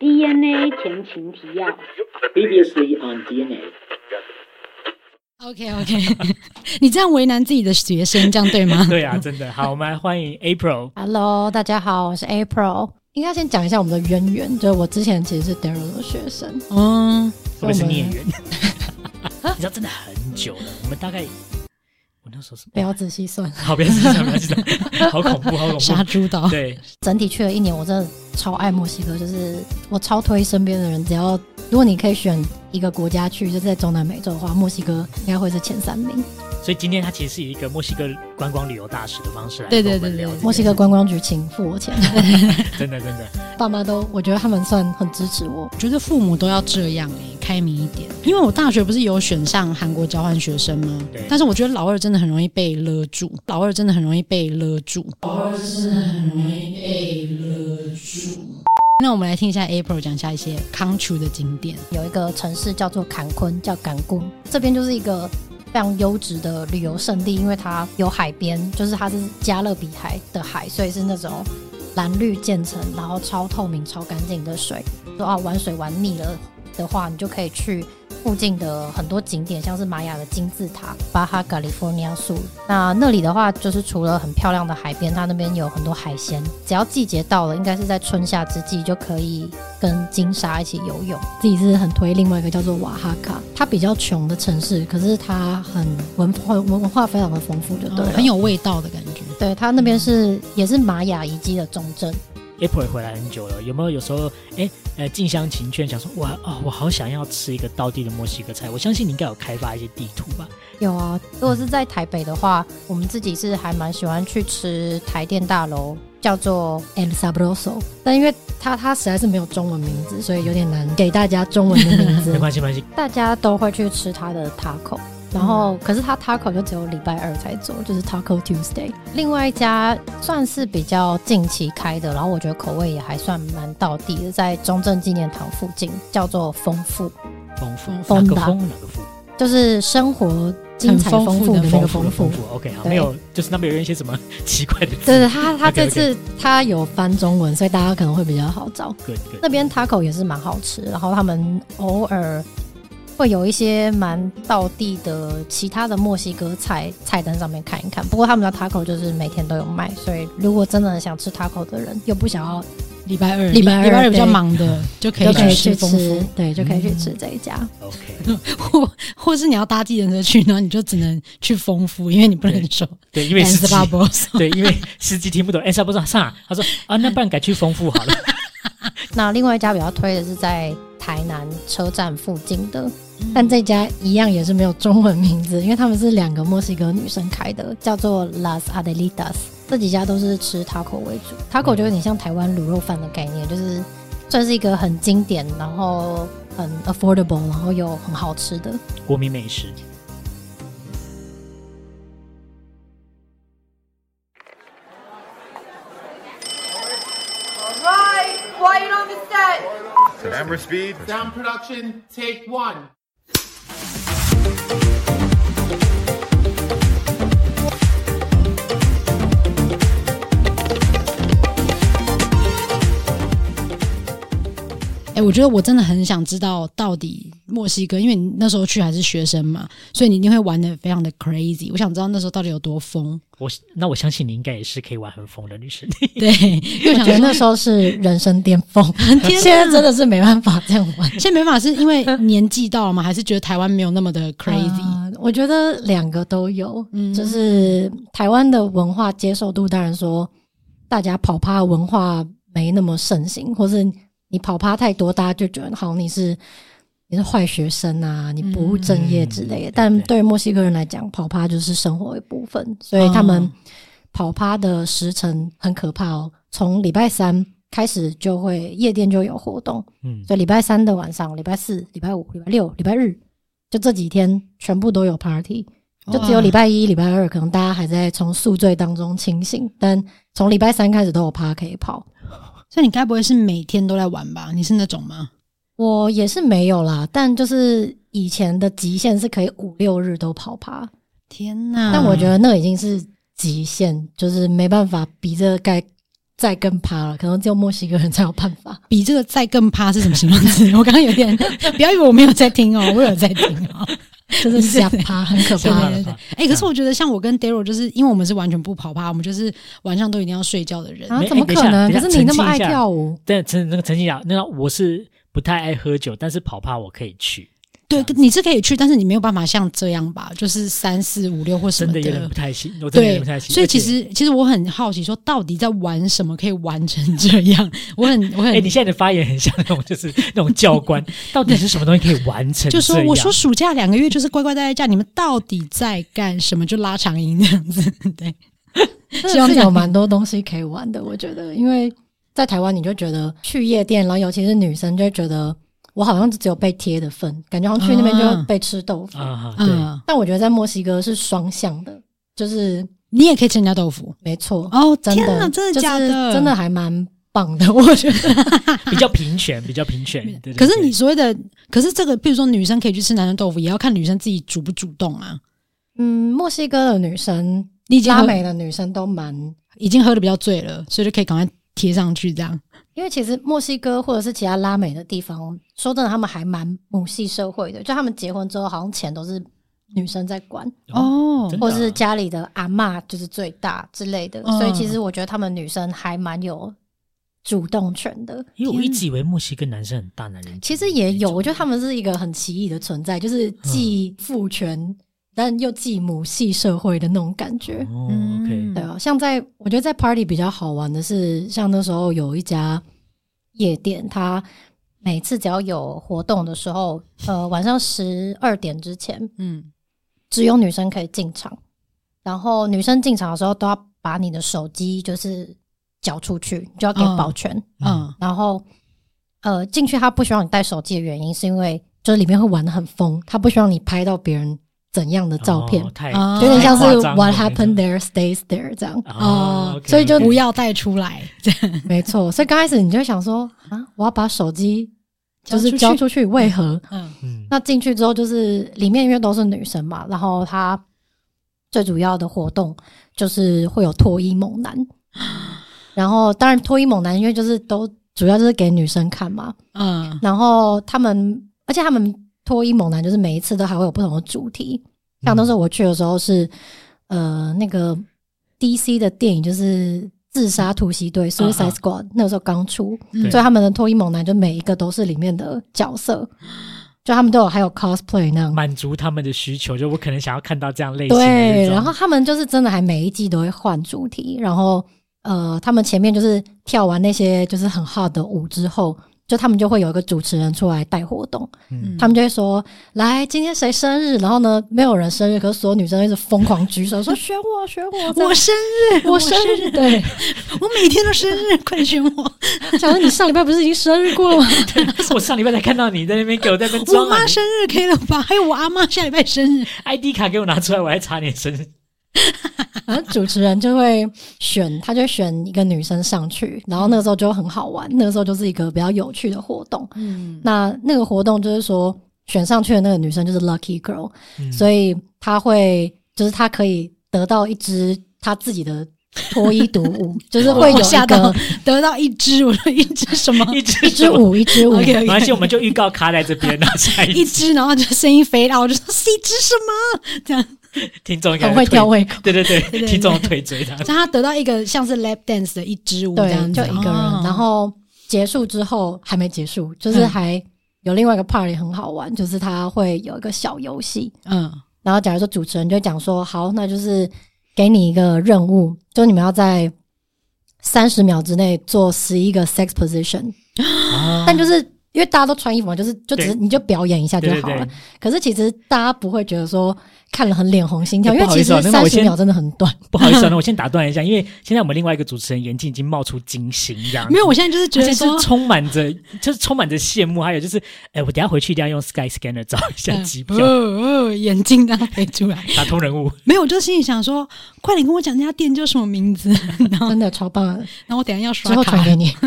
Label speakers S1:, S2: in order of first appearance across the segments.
S1: DNA 前情提要。
S2: Previously on DNA，
S3: OK OK，你 这样为难自己的学生，这样对吗
S4: 对啊，真的好，我们来欢迎 April。
S5: Hello，大家好，我是 April。应该先讲一下我们的渊源，就是我之前其实是 Darren 的学生，
S3: 嗯，
S4: 我们是孽缘，你知道真的很久了，我们大概我那时候是
S5: 不要仔细算。
S4: 好，不要紧张，不要紧张，好恐怖，好恐
S3: 杀
S4: 怖。
S3: 猪刀，
S4: 对，
S5: 整体去了一年，我真的超爱墨西哥，就是我超推身边的人，只要如果你可以选一个国家去，就是在中南美洲的话，墨西哥应该会是前三名。
S4: 所以今天他其实是以一个墨西哥观光旅游大使的方式来
S3: 对
S4: 跟我
S3: 对
S4: 们
S3: 对
S4: 聊
S3: 对
S4: 这个
S5: 墨西哥观光局请付我钱，
S4: 真的真的，
S5: 爸妈都我觉得他们算很支持我。
S3: 我觉得父母都要这样哎、开明一点。因为我大学不是有选上韩国交换学生吗
S4: 对？
S3: 但是我觉得老二真的很容易被勒住，老二真的很容易被勒住，老二真的很容易被勒住。那我们来听一下 April 讲一下一些康楚的景点。
S5: 有一个城市叫做坎昆，叫坎昆，这边就是一个非常优质的旅游胜地，因为它有海边，就是它是加勒比海的海，所以是那种蓝绿渐层，然后超透明、超干净的水。说啊，玩水玩腻了的话，你就可以去附近的很多景点，像是玛雅的金字塔、巴哈加利福尼亚树。那那里的话，就是除了很漂亮的海边，它那边有很多海鲜。只要季节到了，应该是在春夏之际，就可以跟金沙一起游泳。自己是很推另外一个叫做瓦哈卡，它比较穷的城市，可是它很文化文化非常的丰富，就对了。
S3: 哦很有味道的感觉。
S5: 对，它那边是也是玛雅遗迹的重镇。
S4: April 也回来很久了，有没有有时候哎呃近乡情怯，想说哇哦，我好想要吃一个道地的墨西哥菜？我相信你应该有开发一些地图吧？
S5: 有啊，如果是在台北的话，我们自己是还蛮喜欢去吃台电大楼，叫做 El Sabroso，但因为它它实在是没有中文名字，所以有点难给大家中文的 名
S4: 没
S5: 字。
S4: 关系，没关系，
S5: 大家都会去吃它的 taco，然后可是它 taco 就只有礼拜二才做，就是 Taco Tuesday。另外一家算是比较近期开的，然后我觉得口味也还算蛮到地的，在中正纪念堂附近，叫做丰富，
S4: 丰富
S5: 丰
S4: 哪个
S5: 吧
S4: 丰哪个富？
S5: 就是生活精彩
S3: 很丰
S5: 丰
S3: 富
S5: 富的
S3: 的
S5: 那个
S3: 丰
S5: 丰富
S4: 丰。富，OK，好，
S5: 对
S4: 没有，就是那边有一些什么奇怪的字，
S5: 对对，他他
S4: OK，OK
S5: 这次他有翻中文，所以大家可能会比较好找。
S4: good good，
S5: 那边 taco 也是蛮好吃，然后他们偶尔会有一些蛮道地的其他的墨西哥菜菜单上面看一看。不过他们的 taco 就是每天都有卖，所以如果真的想吃 taco 的人，又不想要，
S3: 礼拜二，
S5: 礼拜二
S3: 礼拜二比
S5: 对
S3: 较忙的，就可
S5: 就
S3: 以
S5: 可以
S3: 吃
S5: 去
S3: 丰
S5: 吃
S3: 富，，嗯
S5: 对，就可以去吃这一家。
S4: OK。
S3: 或 或是你要搭计程车去，然后你就只能去丰富，因为你不能说
S4: 对，因为司机
S3: boss
S4: 对，因为司机听不懂，哎、上不上上啊？他说啊，那不然改去丰富好了。
S5: 那另外一家比较推的是在台南车站附近的，但这家一样也是没有中文名字，因为他们是两个墨西哥女生开的，叫做 Las Adelitas。这几家都是吃 taco 为主，taco 就有点像台湾卤肉饭的概念，就是算是一个很经典，然后很 affordable，然后又很好吃的。
S4: 国民美食，
S6: Right, quiet on the set.
S7: Camera speed.
S8: Sound production, take one.
S3: 哎、我觉得我真的很想知道到底墨西哥，因为你那时候去还是学生嘛，所以你一定会玩的非常的 crazy。我想知道那时候到底有 多疯。
S4: 我那我相信你应该也是可以玩很疯的女 生。
S3: 对，又
S5: 我
S3: 想
S5: 觉
S3: 说，
S5: 得那时候是人生巅 峰，
S3: 天哪
S5: 现在真的是没办法这样玩。
S3: 现在没办法，是因为年纪到了吗？还是觉得台湾没有那么的 crazy？、
S5: 啊我觉得两个都有，
S3: 嗯
S5: 就是台湾的文化接受度，当然说大家跑趴的文化没那么盛行，或是你跑趴太多，大家就觉得好像你是你是坏学生啊，你不务正业之类的。
S4: 嗯
S5: 但
S4: 对对
S5: 对于墨西哥人来讲，跑趴就是生活一部分，所以他
S3: 哦
S5: 们跑趴的时辰很可怕哦，从礼拜三。开始就会夜店就有活动，
S4: 嗯，
S5: 所以礼拜三的晚上、礼拜四、礼拜五、礼拜六、礼拜日，就这几天全部都有 party，就只有礼拜一、礼拜二可能大家还在从宿醉当中清醒，但从礼拜三开始都有趴可以跑。
S3: 所以你该不会是每天都在玩吧？你是那种吗？
S5: 我也是没有啦，但就是以前的极限是可以五六日都跑趴，
S3: 天哪！
S4: 嗯
S5: 但我觉得那已经是极限，就是没办法比这个该再更趴了，可能只有墨西哥人才有办法。
S3: 比这个再更趴是什么形容词？ 我刚刚有点，不要以为我没有在听哦，我有在听哦。
S5: 就是下趴，很可
S3: 对
S5: 怕
S4: 下
S5: 啊
S4: 趴
S5: 的。
S3: 对对，哎、可是我觉得像我跟 Daryl，就是因为我们是完全不跑趴，我们就是晚上都一定要睡觉的人。
S5: 啊
S4: 没，
S5: 怎么
S4: 哎等一
S5: 可
S4: 下
S5: 能？
S4: 等
S5: 可
S4: 一下
S5: 是你那么
S4: 澄清一
S5: 爱
S4: 下
S5: 跳舞，
S4: 但陈那个陈信雅，那我是不太爱喝酒，但是跑趴我可以去，
S3: 对，你是可以去，但是你没有办法像这样吧，就是三四五六或什
S4: 真
S3: 么
S4: 的有点不太行，我真的有
S3: 对
S4: 点不太，行。
S3: 所
S4: 而
S3: 以
S4: 且
S3: 其，实其实我很好奇，说到底在玩什么可以玩成这样？ 我很我很、
S4: 哎，你现在的发言很像那种就是那种教 官，到底是什么东西可以完成这
S3: 就
S4: 样？
S3: 说我说暑假两个月就是乖乖待在家，你们到底在干什么？就拉长音这样子， 对，啊希望
S5: 是
S3: 这样
S5: 有蛮多东西可以玩的。我觉得，因为在台湾，你就觉得去夜店，然后尤其是女生，就会觉得我好像只有被贴的份，感觉好像去那边就
S3: 啊
S5: 被吃豆腐。
S4: 啊，对，
S3: 嗯，
S5: 但我觉得在墨西哥是双向的，就是
S3: 你也可以吃人家豆腐
S5: 没错，
S3: 哦，
S5: 真
S3: 天哪
S5: 的，
S3: 真的假的？
S5: 就是、真的。还蛮棒的， 我觉得。
S4: 比较平权，比较平权。对对
S3: 可是
S4: 对
S3: 你所谓的，可是这个，譬如说女生可以去吃男生豆腐，也要看女生自己主不主动啊。
S5: 嗯，墨西哥的女生、
S3: 你已经
S5: 拉
S3: 喝
S5: 美的女生都蛮
S3: 已经喝的比较醉了，所以就可以赶快贴上去这样。
S5: 因为其实墨西哥或者是其他拉美的地方，说真的，他们还蛮母系社会的，就他们结婚之后，好像钱都是女生在管，
S3: 哦
S4: 真的
S5: 或
S4: 啊
S5: 者是家里的阿嬷就是最大之类的，
S3: 嗯
S5: 所以其实我觉得他们女生还蛮有主动权的。
S4: 因为我一直以为墨西哥男生很大男人，
S5: 其实也有，我觉得他们是一个很奇异的存在，就是
S4: 嗯
S5: 既父权、但又既母系社会的那种感觉。
S4: 哦，OK，
S5: 对啊，像在我觉得在 party 比较好玩的是，像那时候有一家夜店，它每次只要有活动的时候，呃，晚上十二点之前
S3: 嗯，
S5: 只有女生可以进场，然后女生进场的时候都要把你的手机就是缴出去，就要给
S3: 嗯
S5: 保全。
S3: 嗯，
S5: 然后呃，进去他不希望你带手机的原因，是因为就是里面会玩的很疯，他不希望你拍到别人怎样的照片
S4: 哦，太
S3: 啊
S5: 有点像是
S4: 太夸张了
S5: What
S4: 那种
S5: happened there stays there 这样。
S4: 哦
S3: 哦，
S4: OK，
S5: 所以就
S4: OK
S3: 不要带出来。
S5: 没错，所以刚开始你就会想说啊，我要把手机就是
S3: 交
S5: 交
S3: 出
S5: 出去，为何？
S3: 嗯
S4: 嗯
S5: 那进去之后就是里面因为都是女生嘛，然后她最主要的活动就是会有脱衣猛男，然后当然脱衣猛男因为就是都主要就是给女生看嘛，
S3: 嗯，
S5: 然后他们而且他们脱衣猛男就是每一次都还会有不同的主题，像那时候我去的时候是呃那个 DC 的电影就是。自杀突袭队 （Suicide Squad）、那个时候刚出，
S3: 嗯
S5: 所以他们的脱衣猛男就每一个都是里面的角色，就他们都有还有 cosplay 那样。
S4: 满足他们的需求，就我可能想要看到这样类型的
S5: 对，
S4: 这种
S5: 然后他们就是真的还每一季都会换主题，然后呃，他们前面就是跳完那些就是很 hard 的舞之后，就他们就会有一个主持人出来带活动，
S3: 嗯
S5: 他们就会说来今天谁生日，然后呢没有人生日，可是所有女生一直疯狂举手说选我选我这样
S3: 我生日，
S5: 我
S3: 生
S5: 生日，对，
S3: 我每天都生日，快选我！
S5: 想说你上礼拜不是已经生日过了吗？
S4: 我上礼拜才看到你在那边给我在那边
S3: 我
S4: 装
S3: 妈
S4: 满
S3: 生日可以了吧？还有我阿妈下礼拜生日，
S4: ID 卡给我拿出来，我还查你的生日。
S5: 然后主持人就会选，他就会选一个女生上去，然后那个时候就很好玩，那个时候就是一个比较有趣的活动。
S3: 嗯，
S5: 那那个活动就是说，选上去的那个女生就是 lucky girl，、
S4: 嗯
S5: 所以她会就是她可以得到一支她自己的脱衣独舞，就是会有
S3: 我吓
S5: 一
S3: 到
S5: 个
S3: 得到一只，我说一只什么？
S4: 一直
S5: 啊一支舞 一支舞。
S3: OK，
S4: 没关系，我们就预告卡在这边，然后下一集
S3: 一只，然后就声音飞到，我就说是一只什么？这样，
S4: 听众应该
S5: 很会
S4: 推
S5: 跳胃口，
S4: 对对
S3: 对
S4: 对，
S3: 对
S4: 听众腿追他。
S3: 让他得到一个像是 lap dance 的一支舞这
S5: 对，
S3: 样子，
S5: 就一个人。
S3: 哦
S5: 然后结束之后还没结束，就是
S3: 嗯
S5: 还有另外一个 party 很好玩，就是他会有一个小游戏，
S3: 嗯
S5: 然后假如说主持人就讲说，好，那就是给你一个任务，就你们要在三十秒之内做十一个 sex position，、但就是因为大家都穿衣服嘛，就是就只是
S4: 啊对
S5: 你就表演一下就
S4: 对对
S5: 好了。
S4: 对，
S5: 可是其实大家不会觉得说看了很脸红心跳，
S4: 哎
S5: 因为
S4: 不好
S5: 其
S4: 意思哦
S5: 实
S4: 那那我
S5: 三十
S4: 先
S5: 秒真的很短。
S4: 不好意思啊，那我先打断一下，因为现在我们另外一个主持人眼睛已经冒出金星，这样
S3: 没有，我现在就是觉
S4: 而且
S3: 得
S4: 是
S3: 说，呃
S4: 充满着，就是充满着羡慕，还有就是，哎，我等一下回去一定要用 Sky Scanner 找一下
S3: 嗯
S4: 机
S3: 哦
S4: 票，
S3: 哦，眼睛让它飞出来。
S4: 打通 人物。
S3: 没有，我就心里想说，快点跟我讲这家店叫什么名字， 然 后
S5: 真的超棒的，
S3: 然后我等一下要
S5: 之
S3: 刷
S5: 后
S3: 卡
S5: 传。给你。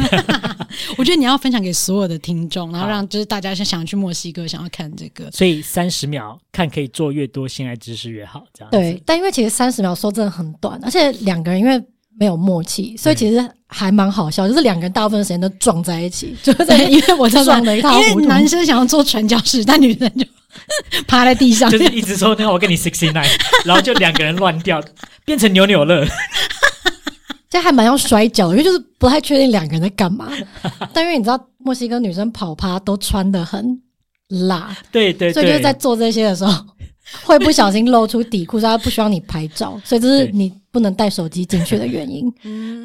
S3: 我觉得你要分享给所有的听众，然后
S4: 好
S3: 让就是大家是想去墨西哥，想要看这 个。
S4: 所以三十秒看可以做越多性爱知识越好，这样子
S5: 对，但因为其实三十秒说真的很短，而且两个人因为没有默契，所以其实还蛮好笑，就是两个人大部分的时间都撞在一起，就是在
S3: 对，因为我知道
S5: 撞得一塌糊涂
S3: 因为男生想要做传教士，但女生就 趴在地上
S4: 就。是一直说那个我跟你 sixty nine，然后就两个人乱掉，变成扭扭乐。
S5: 这还蛮要摔跤的，因为就是不太确定两个人在干嘛。 但因为你知道，墨西哥女生跑趴都穿的很辣，
S4: 对对对，
S5: 所以就是在做这些的时候，会不小心露出底裤，所以她不希望你拍照，所以这是
S4: 对
S5: 你不能带手机进去的原因。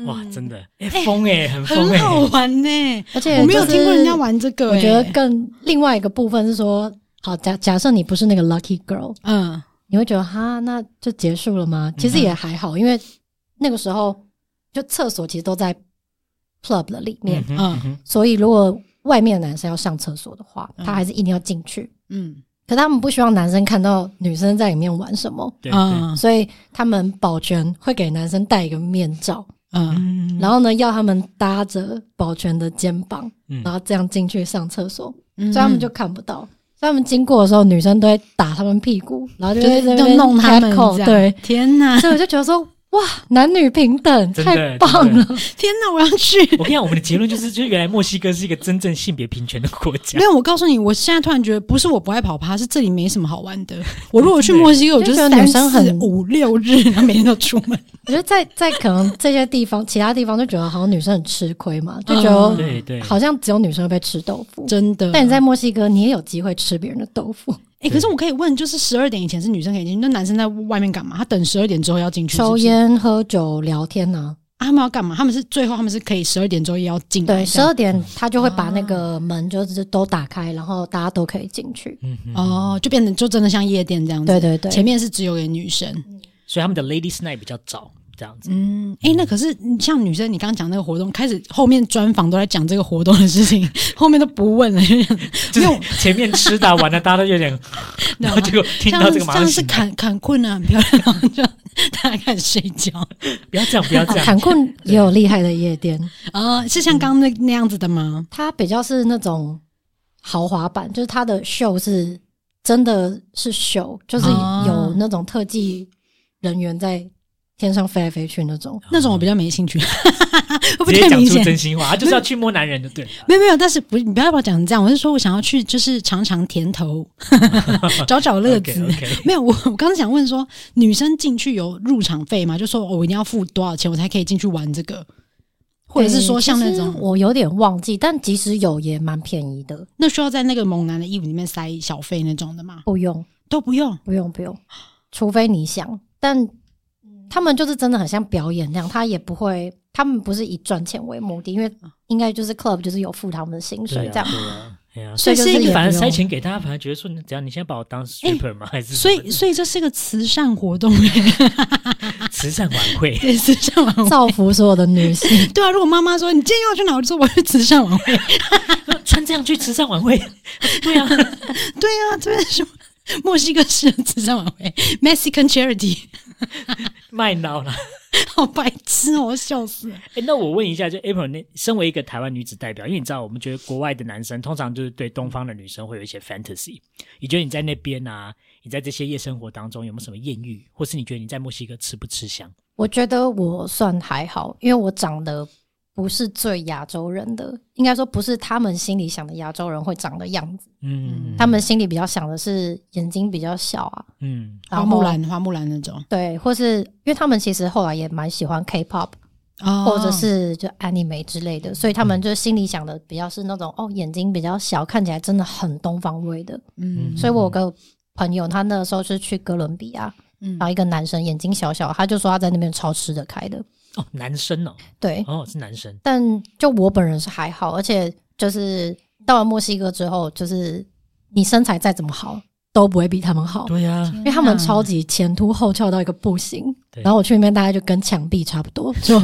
S4: 哇，真的，哎、疯哎、很疯哎、
S3: 嗯很好玩呢、
S5: 而且、
S3: 我没有听过人家，玩这个、哎欸
S5: 我觉得，更另外一个部分是说，好假假设你不是那个 lucky girl，
S3: 嗯，
S5: 你会觉得哈，那就结束了吗？其实也还好，因为那个时候就厕所其实都在 club 的里面
S4: 嗯，哼
S3: 嗯
S4: 嗯哼，
S5: 所以如果外面的男生要上厕所的话，
S3: 嗯
S5: 他还是一定要进去。
S3: 嗯
S5: 可他们不希望男生看到女生在里面玩什么，
S4: 对对，
S3: 嗯
S5: 所以他们保全会给男生戴一个面罩，
S3: 嗯，
S4: 嗯
S5: 然后呢要他们搭着保全的肩膀，
S4: 嗯
S5: 然后这样进去上厕所，
S3: 嗯
S5: 所以他们就看不到。所以他们经过的时候，女生都会打他们屁股，然后就
S3: 就
S5: 会
S3: 是
S5: 在那
S3: 就
S5: 边
S3: 弄他们
S5: catcall，
S3: 这样。
S5: 对，，
S3: 天哪，
S5: 所以我就觉得说，哇，男女平等，
S4: 真的
S5: 太棒
S4: 真
S5: 了
S4: 的！
S3: 天哪，我要去。
S4: 我跟你讲，我们的结论就是，就是原来墨西哥是一个真正性别平权的国家
S3: 没。有，我告诉你，我现在突然觉得，不是我不爱跑趴，是这里没什么好玩的。我如果去墨西哥，我
S5: 就
S3: 就
S5: 觉得
S3: 是
S5: 女生很
S3: 五六日，然后每天都出门。
S5: 我觉得在在可能这些地方，其他地方就觉得好像女生很吃亏嘛，就觉
S3: 嗯
S5: 得
S4: 对对，
S5: 好像只有女生会被吃豆腐。
S3: 真的。
S5: 但你在墨西哥，你也有机会吃别人的豆腐，
S3: 哎、啊可是我可以问，就是十二点以前是女生可以进去，那男生在外面干嘛？他等十二点之后要进去是不
S5: 抽
S3: 是
S5: 烟、喝酒、聊天呐、
S3: 啊？他们要干嘛？他们是最后他们是可以十二点之后也要进来
S5: 对，
S3: 这
S5: 十
S3: 样
S5: 二点他就会把那个门就是都打开，然后大家都可以进去。
S4: 嗯哼，
S3: 哦，就变成就真的像夜店这样子。
S5: 对对对，
S3: 前面是只有给女生。
S4: 所以他们的 ladies night 比较早，这样子。
S3: 嗯，哎、那可是你像女生，你刚刚讲那个活动，开始后面专访都在讲这个活动的事情，后面都不问了，就想
S4: 就是前面吃的啊玩的，大家都有 点，然后结果听到
S3: 像
S4: 这
S3: 是
S4: 个马
S3: 像
S4: 上
S3: 是
S4: 醒来，
S3: 坎坎昆啊，很漂亮，然后就大家开始睡觉
S4: 不要这样，不要
S5: 啊
S4: 这样。
S5: 坎 昆也有厉害的夜店，
S3: 啊、是
S4: 嗯
S3: 像刚刚那那样子的吗？
S5: 它比较是那种豪华版，就是它的秀是真的是秀，就是
S3: 哦
S5: 有那种特技人员在天上飞来飞去那种。
S3: 那种我比较没兴趣，会不
S4: 直
S3: 会
S4: 接
S3: 太
S4: 讲
S3: 明
S4: 出
S3: 显？
S4: 真心话，他就是要去摸男人的， 对了。
S3: 没有没有，但是不，你不要把我讲成这样。我是说我想要去，就是尝尝甜头， 找 找乐子。
S4: OK，OK
S3: 没有，我我刚刚想问说，女生进去有入场费吗？就说、哦我一定要付多少钱，我才可以进去玩这个，或者是说像那
S5: 其实
S3: 种，
S5: 我有点忘记，但即使有也蛮便宜的，
S3: 那需要在那个猛男的衣服里面塞小费那种的吗？
S5: 不用
S3: 都不用。
S5: 不用不用，除非你想，但他们就是真的很像表演那样，他也不会，他们不是以赚钱为目的，因为应该就是 club 就是有付他们的薪水
S4: 对
S5: 这样，
S4: 啊，对啊，
S5: 所 以
S3: 所
S5: 就
S3: 以
S5: 是
S3: 是一个
S5: 也不
S4: 反正
S5: 用
S4: 塞钱给大家，反而觉得说，你只要你现在把我当 stripper 吗？还是
S3: 所以，所以这是个慈善活动、 欸，
S4: 以慈善晚会
S3: 对慈善晚会。
S5: 造福所有的女性。
S3: 对啊，如果妈妈说你今天要去哪，我就说我要去慈善晚会。
S4: 穿这样去慈善晚会，对啊，
S3: 对啊，这边什么墨西哥式的慈善晚会，Mexican Charity。
S4: 卖脑了。
S3: 好白痴哦，我笑死了。
S4: 哎，那我问一下，就 April，那身为一个台湾女子代表，因为你知道，我们觉得国外的男生通常就是对东方的女生会有一些 fantasy。你觉得你在那边啊，你在这些夜生活当中有没有什么艳遇，或是你觉得你在墨西哥吃不吃香？
S5: 我觉得我算还好，因为我长得不是最亚洲人的，应该说不是他们心里想的亚洲人会长的样子。
S4: 嗯，
S5: 他们心里比较想的是眼睛比较小啊，
S4: 嗯，
S5: 然
S3: 花
S5: 后
S3: 哦木兰，花木兰那种，
S5: 对，或是因为他们其实后来也蛮喜欢 K-pop，、
S3: 哦
S5: 或者是就 anime 之类的，所以他们就心里想的比较是那种哦眼睛比较小，看起来真的很东方味的。
S3: 嗯
S5: 所以我有个朋友，他那个时候是去哥伦比亚，
S3: 嗯
S5: 然后一个男生眼睛小小，他就说他在那边超吃得开的，
S4: 哦，男生哦，
S5: 对，
S4: 哦是男生，
S5: 但就我本人是还好，而且就是到了墨西哥之后，就是你身材再怎么好，都不会比他们好，
S4: 对啊，
S5: 因为他们超级前凸后翘到一个不行。
S4: 对
S5: 然后我去那边大概就跟墙壁差不多，就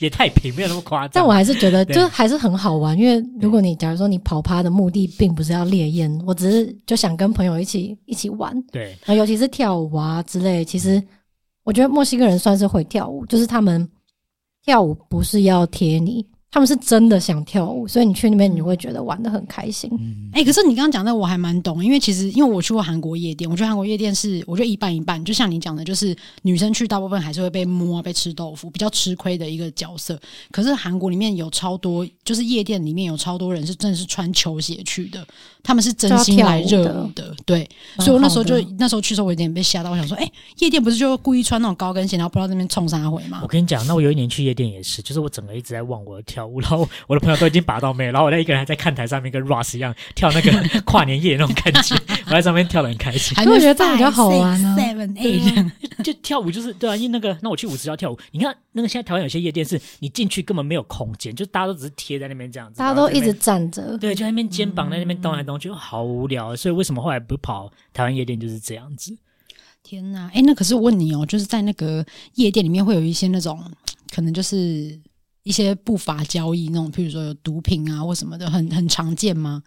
S4: 也太平，没有那么夸张。
S5: 但我还是觉得
S4: 对
S5: 就是还是很好玩，因为如果你假如说你跑趴的目的并不是要烈焰，我只是就想跟朋友一起一起玩，
S4: 对，
S5: 然后尤其是跳舞啊之类，其实我觉得墨西哥人算是会跳舞，就是他们跳舞不是要贴你，他们是真的想跳舞，所以你去那边你会觉得玩的很开心。
S4: 嗯
S3: 哎、可是你刚刚讲的我还蛮懂，因为其实因为我去过韩国夜店，我觉得韩国夜店是我觉得一半一半，就像你讲的，就是女生去大部分还是会被摸、被吃豆腐，比较吃亏的一个角色。可是韩国里面有超多，就是夜店里面有超多人是真的是穿球鞋去的，他们是真心来热舞的，对。所以我那时候就
S5: 啊蛮好
S3: 那时候去的时候我有点被吓到，我想说，哎、夜店不是就故意穿那种高跟鞋，然后不知道那边冲啥回吗
S4: 我？跟你讲，那我有一年去夜店也是，就是我整个一直在望我的跳舞，然后我的朋友都已经拔到妹了，然后我在一个人还在看台上面跟 Russ 一样跳那个跨年夜那种感 觉，我在上面跳的很开心。
S3: 还
S5: 可我觉得这样比较好玩啊
S3: Seven eight，
S4: 就跳舞就是对啊，因为那个那我去舞池要跳舞，你看那个现在台湾有些夜店是你进去根本没有空间，就大家都只是贴在那边这样子，
S5: 大家
S4: 然后
S5: 都
S4: 在那
S5: 一直嗯
S4: 边
S5: 站着，
S4: 对，就在那边肩膀在那边动来动去，好无聊。啊所以为什么后来不跑台湾夜店就是这样子？
S3: 天呐，哎、那可是我问你哦、就是在那个夜店里面会有一些那种，可能就是一些不法交易那种，譬如说有毒品啊或什么的，很很常见吗？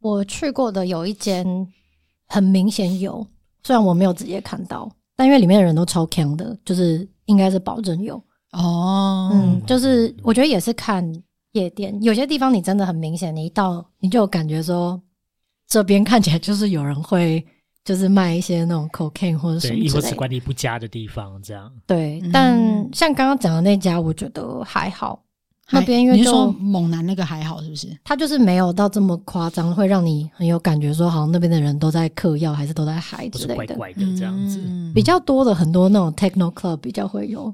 S5: 我去过的有一间很明显有，虽然我没有直接看到，但因为里面的人都超强的，就是应该是保证有。
S3: 哦，
S5: 嗯，就是我觉得也是看夜店，有些地方你真的很明显，你一到你就有感觉说，这边看起来就是有人会就是卖一些那种 cocaine 或者什
S4: 对，
S5: 么
S4: 亦
S5: 之
S4: 或
S5: 类
S4: 是
S5: 的。
S4: 管理不佳的地方这样。
S5: 对
S3: 嗯，
S5: 但像刚刚讲的那家，我觉得还好，
S3: 还
S5: 那边因为
S3: 你是
S5: 就
S3: 说猛男那个还好是不是？
S5: 它就是没有到这么夸张，会让你很有感觉说，好像那边的人都在嗑药还是都在嗨
S4: 不
S5: 之
S4: 是
S5: 类
S4: 怪
S5: 的。
S4: 怪的这样子。
S3: 嗯
S5: 比较多的很多那种 techno club 比较会有，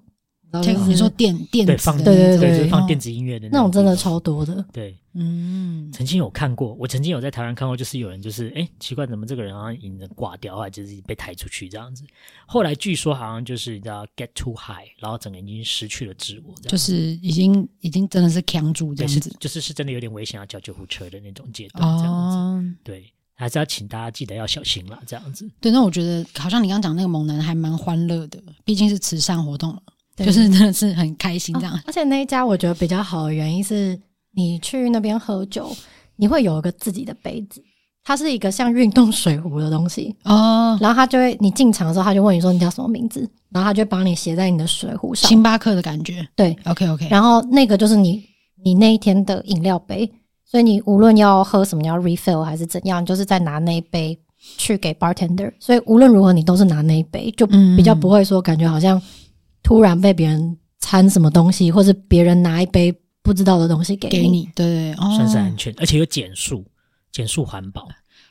S5: 然后
S3: 这
S5: 就
S3: 个啊
S5: 是
S3: 你说电电
S4: 对，
S3: 子
S4: 放
S3: 的
S5: 对
S3: 那
S5: 对哦
S3: 种
S4: 就是放电
S3: 子，
S4: 子音乐的
S5: 那种真的
S4: 地方
S5: 超多的，
S4: 对。啊
S3: 嗯，
S4: 曾经有看过，我曾经有在台湾看过，就是有人就是哎，奇怪，怎么这个人好像已经挂掉啊，就是被抬出去这样子。后来据说好像就是你知道 get too high，然后整个人已经失去了自我，这样
S3: 就是已经已经真的是扛住这
S4: 对
S3: 样
S4: 是
S3: 子
S4: 就是是真的有点危险，要叫救护车的那种阶段这样子。
S3: 哦。
S4: 对，还是要请大家记得要小心啦，这样子。
S3: 对，那我觉得好像你刚刚讲那个猛男还蛮欢乐的，毕竟是慈善活动嘛，
S5: 对
S3: 就是真的是很开心这样。
S5: 哦而且那一家我觉得比较好的原因是，你去那边喝酒，你会有一个自己的杯子，它是一个像运动水壶的东西，
S3: 哦，
S5: 然后它就会你进场的时候，他就问你说你叫什么名字，然后他就帮你写在你的水壶上，
S3: 星巴克的感觉。
S5: 对，
S3: OK OK，
S5: 然后那个就是你你那一天的饮料杯，所以你无论要喝什么，你要 refill 还是怎样，你就是再拿那一杯去给 bartender，所以无论如何你都是拿那一杯，就
S3: 嗯
S5: 比较不会说感觉好像突然被别人掺什么东西，或是别人拿一杯不知道的东西给
S3: 给你，对对对哦，
S4: 算是安全，而且有减速，减速环 保，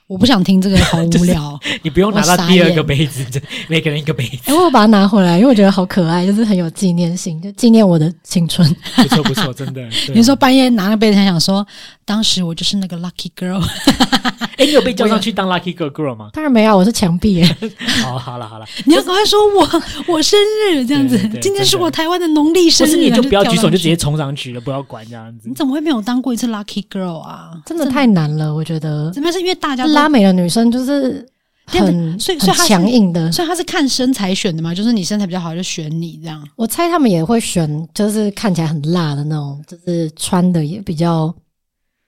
S3: 我不想听这个，好 无聊。
S4: 你不用拿
S3: 我
S4: 到
S3: 傻
S4: 第二
S3: 眼
S4: 个杯子，这每个人一个杯子，
S5: 哎、我有把它拿回来，因为我觉得好可爱，就是很有纪念性，就纪念我的青春。
S4: 不错不错，真的。 对
S3: 你说半夜拿了杯子，还想说，当时我就是那个 lucky girl，
S4: 哎、你有被叫上去当 lucky girl girl 吗？
S5: 当然没有，啊我是墙壁 耶。
S4: 好，好了好了，
S3: 你要赶快说我我生日这样子
S4: 对对，对
S3: 今天是
S4: 真的
S3: 我台湾的农历
S4: 不
S3: 生
S4: 是
S3: 日，
S4: 你就不要
S3: 然后
S4: 举手，
S3: 跳上
S4: 你就
S3: 去
S4: 直接。冲上去了，不要管这样子
S3: 你。怎么会没有当过一次 lucky girl 啊？
S5: 真的太难了，我觉得
S3: 怎么样？是因为大家都
S5: 拉美的女生就是
S3: 这样子
S5: 很
S3: 所以所
S5: 很
S3: 以她是
S5: 强硬的，
S3: 所以他是看身材选的嘛，就是你身材比较好就选你这样。
S5: 我猜他们也会选，就是看起来很辣的那种，就是穿的也比较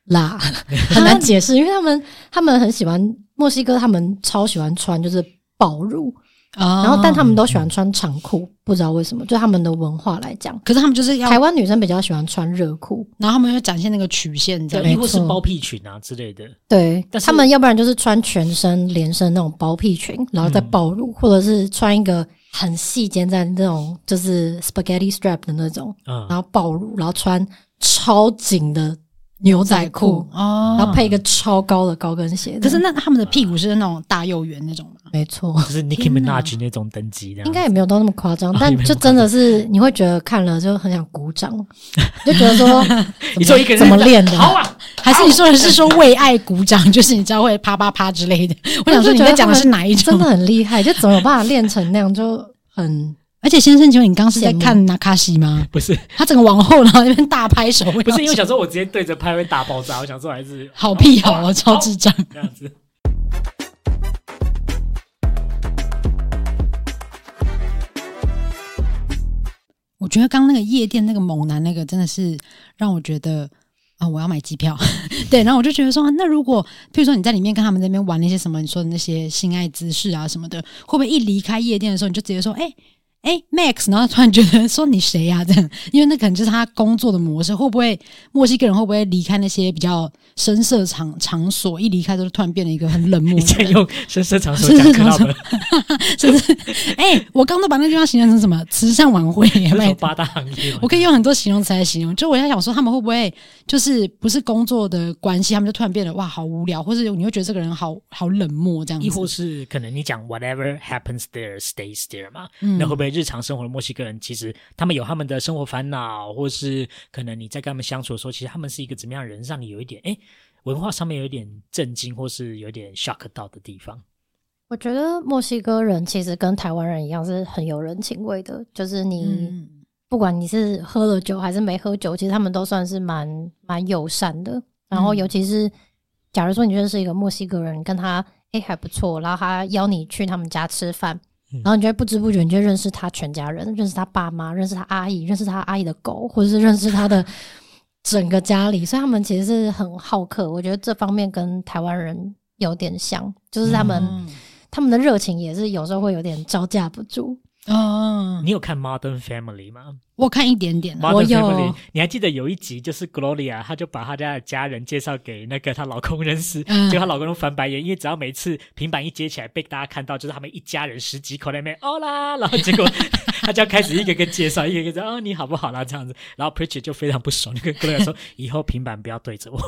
S5: 辣， 很难解释，因为他们他们很喜欢墨西哥，他们超喜欢穿就是暴露，
S3: 啊
S4: 哦
S5: 然后但他们都喜欢穿长裤，不知道为什么，就他们的文化来讲，
S3: 可是他们就是要，
S5: 台湾女生比较喜欢穿热裤，
S3: 然后他们要展现那个曲线这
S4: 对，
S3: 样。
S5: 没
S4: 亦或是
S5: 错
S4: 包屁裙啊之类的，
S5: 对
S4: 但是
S5: 他们要不然就是穿全身连身那种包屁裙，然后再暴露，或者是穿一个很细肩带那种就是 spaghetti strap 的那种。
S4: 嗯
S5: 然，后暴露，然后穿超紧的牛仔裤，
S3: 哦，
S5: 然后配一个超高的高跟鞋。
S3: 可是那他们的屁股是那种大幼圆那种吗？
S5: 没错，
S4: 就是 Nicki Minaj 那种等级的，
S5: 应该也没有到那么夸
S3: 哦
S5: 张，但
S4: 也没有
S5: 就真的是你会觉得看了就很想鼓 掌，就觉得说
S4: 你说一个人
S5: 怎么练的，
S4: 好啊，
S3: 还是你说的是说为爱鼓掌， 就是你知道会啪啪啪之类的？我想说你在讲的是哪一
S5: 真
S3: 种
S5: 的？很厉害，就怎么有办法练成那样，就很
S3: 而且先生，请问你刚刚是在
S5: 羡慕
S3: 看纳卡西吗？
S4: 不是
S3: 他整个往后，然后那边大拍手，不
S4: 不是，因为想说我直接对着拍会大爆炸，我想说还是
S3: 好屁好哦，超智障。
S4: 这样 子。
S3: 我觉得刚刚那个夜店那个猛男那个真的是让我觉得啊、我要买机票。 对，然后我就觉得说，啊那如果譬如说你在里面跟他们那边玩那些什么你说的那些性爱姿势啊什么的，会不会一离开夜店的时候你就直接说，哎、哎、Max，然后突然觉得说你谁呀、这样，因为那可能就是他工作的模式，会不会墨西哥人会不会离开那些比较深色场场所，一离开就突然变得一个很冷漠
S4: 你
S3: 的
S4: 在
S3: 人？
S4: 用深色场所讲克拉们，
S3: 是不是？哎、我刚都把那句话形容成什么慈善晚会，有
S4: 这
S3: 没
S4: 种
S3: 有？
S4: 八大行业吗，
S3: 我可以用很多形容词来形容，就我在想说，他们会不会就是不是工作的关系，他们就突然变得哇好无聊，或者你会觉得这个人好好冷漠这样
S4: 亦或
S3: 子。
S4: 是可能你讲 whatever happens there stays there 嘛，
S3: 嗯
S4: 那会不会日常生活的墨西哥人其实他们有他们的生活烦恼，或是可能你在跟他们相处的时候，其实他们是一个怎么样的人，让你有一点哎文化上面有一点震惊，或是有点 shock 到的地方。
S5: 我觉得墨西哥人其实跟台湾人一样是很有人情味的，就是你、
S3: 嗯，
S5: 不管你是喝了酒还是没喝酒，其实他们都算是蛮蛮友善的。然后
S3: 嗯
S5: 尤其是假如说你认识一个墨西哥人，跟他诶还不错，然后他邀你去他们家吃饭，
S4: 嗯
S5: 然后你就会不知不觉你就认识他全家人，认识他爸妈，认识他阿姨，认识他阿姨的狗，或者是认识他 的整个家里。所以他们其实是很好客，我觉得这方面跟台湾人有点像，就是他们、
S3: 嗯
S5: 他们的热情也是有时候会有点招架不住。
S3: 嗯，
S4: 你有看 Modern Family 吗？
S3: 我看一点点啊，
S4: Modern
S5: 我有
S4: Family，你还记得有一集就是 Gloria，她就把她家的家人介绍给那个她老公认识，
S3: 嗯
S4: 结果她老公都翻白眼，因为只要每次平板一接起来被大家看到，就是他们一家人十几口在那边哦啦，然后结 果她就要开始一个一个介绍，一个一个说哦你好不好啦这样子，然后 Preacher 就非常不爽，就跟 Gloria 说以后平板不要对 着我，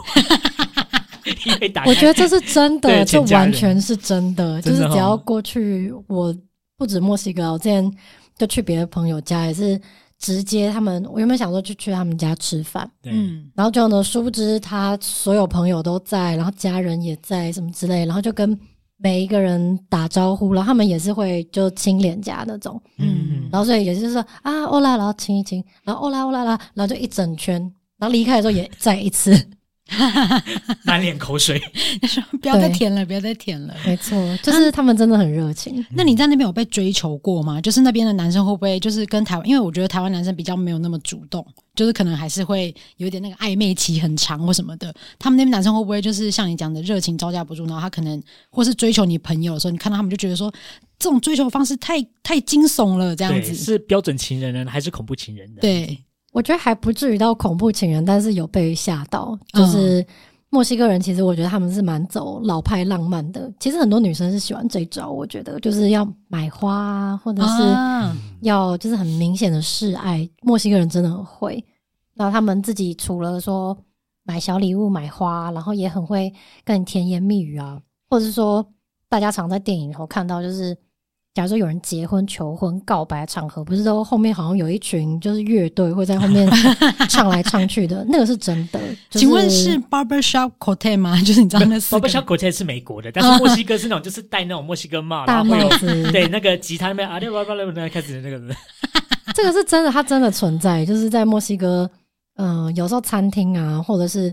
S4: 因为 打开
S5: 我觉得这是真
S4: 对
S5: 的，这
S4: 全家人
S5: 完全是真的，
S4: 真
S5: 就
S4: 的
S5: 是
S4: 哦
S5: 只要过去，我不止墨西哥啊，我之前就去别的朋友家也是直接他们，我原本想说去去他们家吃饭，
S4: 对
S3: 嗯，
S5: 然后就呢，殊不知他所有朋友都在，然后家人也在，什么之类，然后就跟每一个人打招呼，然后他们也是会就亲脸颊那种，
S4: 嗯
S5: 然后所以也就是说啊，欧啦，然后亲一亲，然后欧啦欧啦啦，然后就一整圈，然后离开的时候也再一 次，
S4: 满脸口水，
S3: 不要再
S5: 对
S3: 舔了，不要再舔了。
S5: 没错，就是他们真的很热情。
S3: 那你在那边有被追求过吗？就是那边的男生会不会就是跟台湾？因为我觉得台湾男生比较没有那么主动，就是可能还是会有点那个暧昧期很长或什么的。他们那边男生会不会就是像你讲的热情招架不住，然后他可能或是追求你朋友的时候，你看到他们就觉得说这种追求方式太太惊悚了，这样
S4: 对
S3: 子。
S4: 是标准情人呢还是恐怖情人的？
S3: 对，
S5: 我觉得还不至于到恐怖情人，但是有被吓到。就是墨西哥人，其实我觉得他们是蛮走老派浪漫的。其实很多女生是喜欢这一招，我觉得就是要买花啊，或者是
S3: 啊，
S5: 要就是很明显的示爱。墨西哥人真的很会，然后他们自己除了说买小礼物、买花，然后也很会跟你甜言蜜语啊，或者是说大家常在电影里头看到，就是假如说有人结婚、求婚、告白场合，不是都后面好像有一群就是乐队会在后面唱来唱去的，那个是真的。就是
S3: 请问是 barbershop quartet 吗？ 就是你知道那四
S4: 宝贝
S3: 个
S4: 小狗现在是美国的，但是墨西哥是那种就是戴那种墨西哥帽，然
S5: 嗯大
S4: 后会
S5: 帽
S4: 有
S5: 子？
S4: 对，那个吉他那边啊，六八八六那开始那
S3: 嗯
S4: 个，
S5: 这个是真的，它真的存在，就是在墨西哥，嗯、有时候餐厅啊，或者是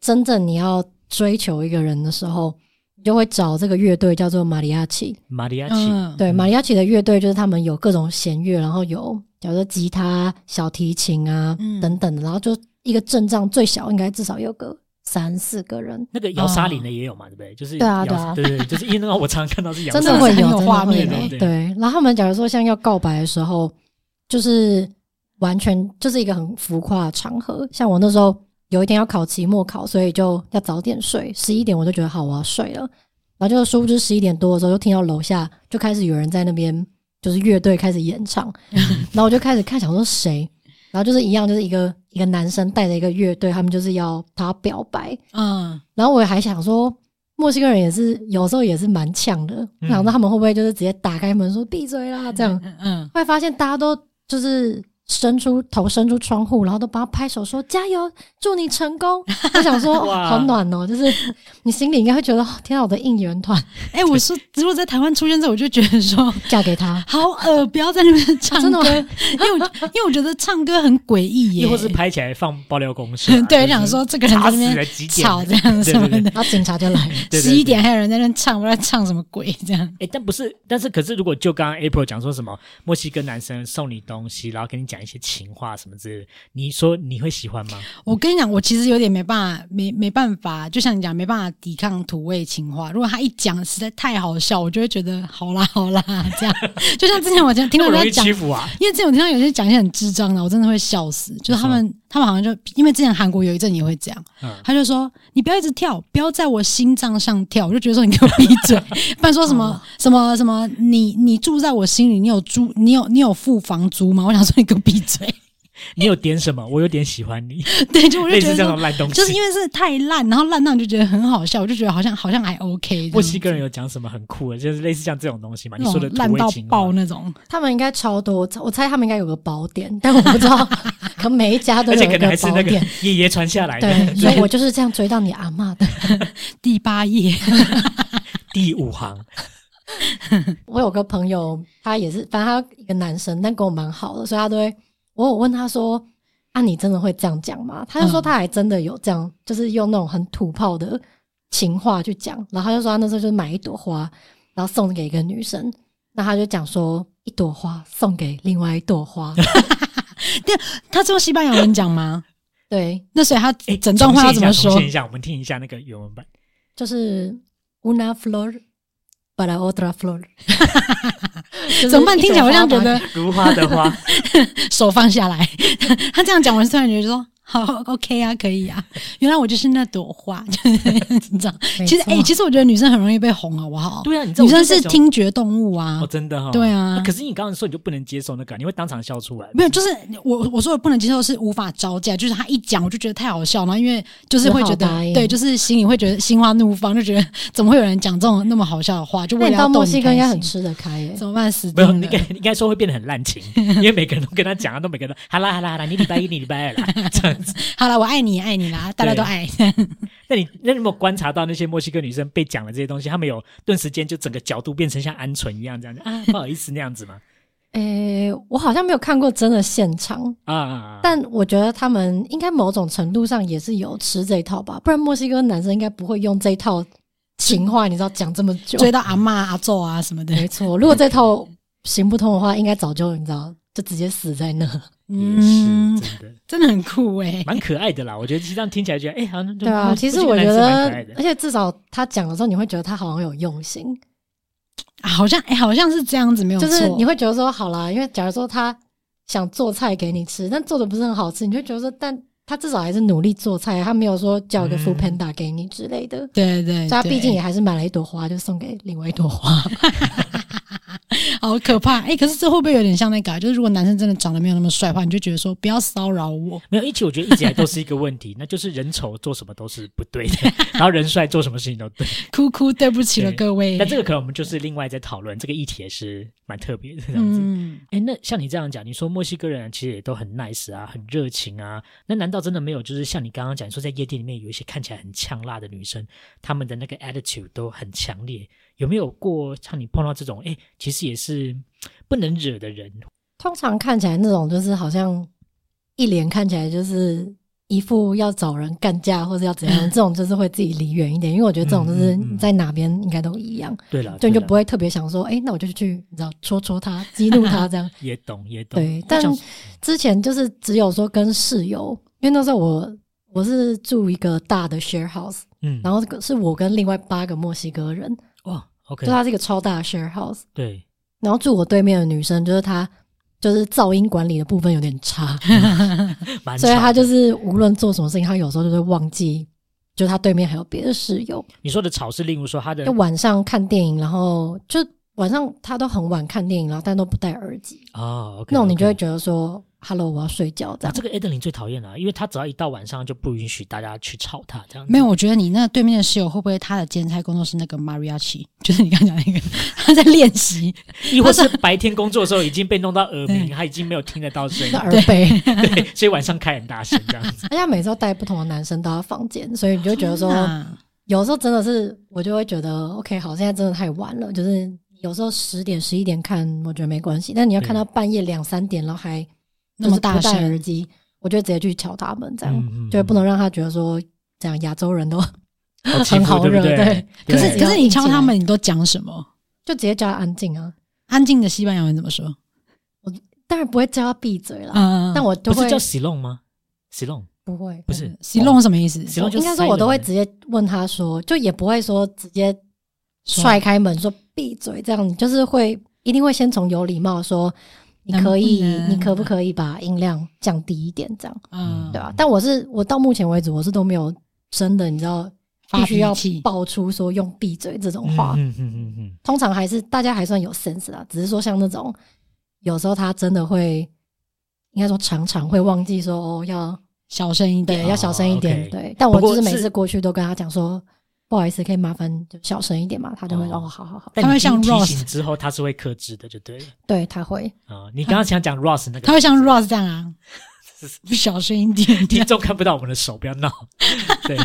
S5: 真正你要追求一个人的时候，你就会找这个乐队叫做马里亚奇。
S4: 马里亚奇，
S3: 嗯，
S5: 对，马里亚奇的乐队就是他们有各种弦乐，然后有假如说吉他、小提琴啊、
S3: 嗯
S5: 等等的，然后就一个阵仗最小应该至少有个三四个人，
S4: 那个摇沙铃的也有嘛，对不对？
S3: 嗯
S4: 就是
S5: 对啊
S4: 摇
S5: 对啊
S4: 对对，对就是因为那个我常常看到是摇沙
S5: 真
S4: 铃，
S5: 的会
S3: 是
S5: 有
S3: 很有
S5: 真的
S3: 画
S5: 会
S3: 面
S5: 有
S4: 欸
S5: 对，然后他们假如说像要告白的时候，就是完全就是一个很浮夸的场合。像我那时候有一天要考期末考，所以就要早点睡，十一点我就觉得好，我要睡了。然后就殊不知十一点多的时候，就听到楼下就开始有人在那边，就是乐队开始演唱，然后我就开始看，想说谁，然后就是一样，就是一个一个男生带着一个乐队，他们就是要他要表白，
S3: 嗯，
S5: 然后我还想说，墨西哥人也是有时候也是蛮呛的，
S4: 嗯
S5: 想到他们会不会就是直接打开门说闭嘴啦这样，
S3: 嗯嗯，
S5: 会发现大家都就是伸出头伸出窗户，然后都帮他拍手说加油，祝你成功。我想说、哦
S4: 哇
S5: 好暖哦，就是你心里应该会觉得，哦、天啊，我的应援 团
S3: 哎、我说如果在台湾出现这，我就觉得说。。
S5: 嫁给他
S3: 好恶，不要在那边唱
S5: 真的
S3: 歌，
S4: 哦
S5: 吗
S3: 因为我因为我觉得唱歌很诡异
S4: 亦
S3: 耶，
S4: 或是拍起来放爆料公式啊，
S3: 对，
S4: 就是
S3: 想说这个人在那
S4: 打死了
S3: 边
S4: 几点
S3: 吵这样什么
S4: 对
S3: 的，
S5: 然后警察就来了，
S4: 对对
S3: 十一点还有人在那边唱，不知道唱什么鬼这样。
S4: 哎，但不是，但是可是如果就刚刚 April 讲说什么墨西哥男生送你东西，然后跟你讲一些情话什么之类的，你说你会喜 欢吗？
S3: 我跟你讲，我其实有点没办法，没没办法，就像你讲，没办法抵抗土味情话。如果他一讲实在太好笑，我就会觉得好啦好啦，这样。就像之前我讲听到
S4: 那么
S3: 人
S4: 容易
S3: 家讲
S4: 欺，负啊？
S3: 因为之前我听到有些讲一些很智障的，我真的会笑死。就是他们，他们好像就因为之前韩国有一阵也会这样，
S4: 嗯
S3: 他就说你不要一直跳，不要在我心脏上跳。我就觉得说你给我闭 嘴，不然说什
S4: 嗯
S3: 么、什么什么，你你住在我心里，你有租，你有你有付房租吗？我想说你给我闭嘴。
S4: 你有点什么？我有点喜欢你，
S3: 对， 就我就
S4: 类
S3: 觉
S4: 似
S3: 得
S4: 这
S3: 说
S4: 种烂东西。
S3: 就是因为是太烂，然后烂到你就觉得很好笑，我就觉得好像好像还 OK 这样。
S4: 墨西哥人有讲什么很酷的，就是类似像这种东西嘛？你
S3: 那
S4: 说的
S3: 种烂
S4: 土味
S3: 到
S4: 情话
S3: 爆，那种，
S5: 他们应该超多，我猜我猜他们应该有个宝典，但我不知道， 可能每一家都
S4: 而
S5: 有
S4: 且
S5: 一
S4: 可能还是
S5: 宝
S4: 那个
S5: 典。
S4: 爷爷传下来的。
S5: 对，所以我就是这样追到你阿嬷的。
S3: 第八页
S4: 第五行，
S5: 我有个朋友，他也是，反正他一个男生，但跟我蛮好的，所以他都会，我有问他说：“啊，你真的会这样讲吗？”他就说
S3: 嗯
S5: 他还真的有这样，就是用那种很土炮的情话去讲。然后他就说他啊那时候就买一朵花，然后送给一个女生，那他就讲说一朵花送给另外一朵花，
S3: 他是用西班牙文讲吗？
S5: 对，
S3: 那所以他
S4: 哎，
S3: 整段话要怎么说
S4: 重？现一下，我们听一下那个原文版。
S5: 就是 una flor para otra flor，就是
S3: 怎么办？听起来我这样觉
S5: 一朵花
S3: 得
S5: 把
S4: 如花的花，
S3: 手放下来。 他这样讲完，突然觉得说好 OK 啊，可以啊。原来我就是那朵花，就是你知道？
S5: 没
S3: 其实
S5: 错
S3: 哎、其实我觉得女生很容易被哄，好不好？
S4: 对啊，你知道
S3: 女
S4: 我就
S3: 生
S4: 在
S3: 是
S4: 想
S3: 听觉动物啊
S4: 哦，。真的哈、
S3: 对啊
S4: 可是你刚刚说你就不能接受那个啊，你会当场笑出来。
S3: 没有，就是我我说的不能接受是无法招架，就是他一讲我就觉得太好笑，然后因为就是会觉
S5: 只好答
S3: 得
S5: 应
S3: 对，就是心里会觉得心花怒放，就觉得怎么会有人讲这种那么好笑的话？就
S5: 那
S3: 为
S5: 你
S3: 了
S5: 到
S3: 要逗
S5: 墨
S3: 你
S5: 西哥
S3: 开
S5: 应该
S3: 心
S5: 很吃得开耶、
S3: 怎么办？死
S4: 没有，
S3: 定
S4: 你
S3: 了
S4: 应！该应该说会变得很滥情，因为每个人都跟他讲啊，都每个人都好啦好啦好啦，你礼拜一你礼拜二啦这样子。
S3: 好了，我爱你，爱你啦，大家都 爱。
S4: 那你那你有没有观察到那些墨西哥女生被讲了这些东西，她们有顿时间就整个角度变成像鹌鹑一样这样子啊，不好意思那样子吗？
S5: 诶、我好像没有看过真的现场，
S4: 啊啊，啊
S5: 但我觉得他们应该某种程度上也是有吃这一套吧，不然墨西哥男生应该不会用这一套情话，你知道讲这么久。
S3: 追到阿嬷阿昼啊什么的，
S5: 没错，如果这套行不通的话，应该早就你知道就直接死在那。
S4: 也是
S3: 嗯，
S4: 真的
S3: 真的很酷哎、
S4: 蛮可爱的啦。我觉得其实这样听起来觉得，哎、好像
S5: 对啊，其实我觉
S4: 蛮
S5: 得
S4: 可爱，的
S5: 而。且至少他讲的时候，你会觉得他好像有用心，
S3: 啊好像哎、好像是这样子，没有
S5: 就
S3: 错。
S5: 是你会觉得说，好啦，因为假如说他想做菜给你吃，但做的不是很好吃，你就觉得说，但他至少还是努力做菜，他没有说叫一个 Food Panda 给你之类的。
S3: 对
S4: 哎
S3: 对对，
S5: 所以他毕竟啊也还是买了一朵花，就送给另外一朵 花。
S3: 好可怕哎、可是这会不会有点像那个啊、就是如果男生真的长得没有那么帅的话，你就觉得说不要骚扰我。
S4: 没有一起，我觉得一直以来都是一个问题，那 就是人丑做什么都是不对的， 然后人帅做什么事情都对。
S3: 哭哭，对不起了
S4: 对
S3: 各位。
S4: 但这个可能我们就是另外在讨论，这个议题也是蛮特别的这样子。
S3: 嗯，
S4: 哎、那像你这样讲，你说墨西哥人其实也都很 nice 啊，很热情啊，那难道真的没有就是像你刚刚讲说，在夜店里面有一些看起来很呛辣的女生，她们的那个 attitude 都很强烈？有没有过像你碰到这种，哎、其实也是嗯不能惹的人？
S5: 通常看起来那种就是好像一脸看起来就是一副要找人干架或者要怎样，这种就是会自己离远一点，因为我觉得这种就是
S4: 嗯嗯嗯
S5: 你在哪边应该都一样，
S4: 对了，
S5: 所以
S4: 对
S5: 你就
S4: 啦
S5: 不会特别想说，哎、那我就去你知道戳戳他、激怒他 这样。
S4: 也懂也懂。
S5: 对
S4: 我，
S5: 但
S4: 想
S5: 之前就是只有说跟室友，因为那时候我我是住一个大的 share house，
S4: 嗯，
S5: 然后是我跟另外八个墨西哥人，
S4: 哇，OK，
S5: 就它是一个超大的 share house。
S4: 对，
S5: 然后住我对面的女生，就是她，就是噪音管理的部分有点差，
S4: 嗯蛮
S5: 所以
S4: 吵
S5: 她
S4: 的
S5: 就是无论做什么事情，她有时候就会忘记，就她对面还有别的室友。
S4: 你说的吵是，例如说她的
S5: 就晚上看电影，然后就晚上她都很晚看电影，然后但都不戴耳机，
S4: 哦，OK，
S5: 那种你就会
S4: OK
S5: 觉得说，Hello，我要睡觉这
S4: 啊，
S5: 样。
S4: 这个 Eden 最讨厌啊了、因为他只要一到晚上就不允许大家去吵他，这样子
S3: 没有，我觉得你那对面的室友会不会他的兼差工作是那个 mariachi，就是 你刚刚讲那个，他在练习，
S4: 亦 或是白天工作的时候已经被弄到耳 鸣，他已经没有听得到声音
S5: 那，耳背，
S4: 对，所以晚上开很大声这样 子。
S5: 而且她每次都带不同的男生到她房间，所以你就觉得 说，
S3: 啊
S5: 有时候真的是我就会觉得，OK，好，现在真的太晚了。就是有时候十点、十一点看，我觉得没关系，但你要看到半夜两三点，然后还
S3: 那么大
S5: 就是不戴耳
S3: 声，
S5: 机，我就直接去敲他们，这样、
S4: 嗯嗯
S5: 啊就不能让他觉得说，这样亚洲人都
S4: 好欺负，
S5: 很好
S4: 对不
S5: 惹
S4: 对
S5: 对？
S3: 可是
S5: 对
S3: 可是你敲他们，你都讲什么？
S5: 就直接叫他安静啊。
S3: 安静的西班牙文怎么说？
S5: 当然不会叫他闭嘴啦，
S3: 嗯，
S5: 啊但我就
S4: 不
S5: 会呃
S4: 是叫 Silong 吗？Silong
S5: 不会
S4: 不是
S3: silong 什么意思？
S4: Silong 就
S5: 哦应该说我都会
S4: silent
S5: 直接问他说，就也不会说直接踹开门说闭嘴这样，就是会一定会先从有礼貌说，你
S3: 嗯能不
S5: 可以，
S3: 能
S5: 你可不可以把音量降低一点这样，
S3: 嗯，
S5: 对吧、啊但我是我到目前为止我是都没有真的你知道
S3: 发
S5: 必须要
S3: 脾气
S5: 爆出说用闭嘴这种话，
S4: 嗯嗯嗯嗯，
S5: 通常还是大家还算有 sense 啦，只是说像那种有时候他真的会。应该说常常会忘记说哦，要
S3: 小声一点
S5: 对，。要小声一点。
S4: 哦 OK
S5: 对，但我
S4: 不过
S5: 就是每
S4: 是
S5: 次过去都跟他讲说，不好意思，可以麻烦就小声一点嘛。他就会
S4: 哦
S5: 哦，好好好，
S4: 但
S3: 他会
S4: 你经
S3: 像
S4: 提醒
S3: Ross
S4: 之后，他是会克制的，就对了
S5: 对他会，
S4: 啊。你刚刚想讲 Ross 那个，
S3: 他会像 Ross 这样 啊，不小声一 点
S4: 听
S3: 点。
S4: 众看不到我们的手，不要闹。 对，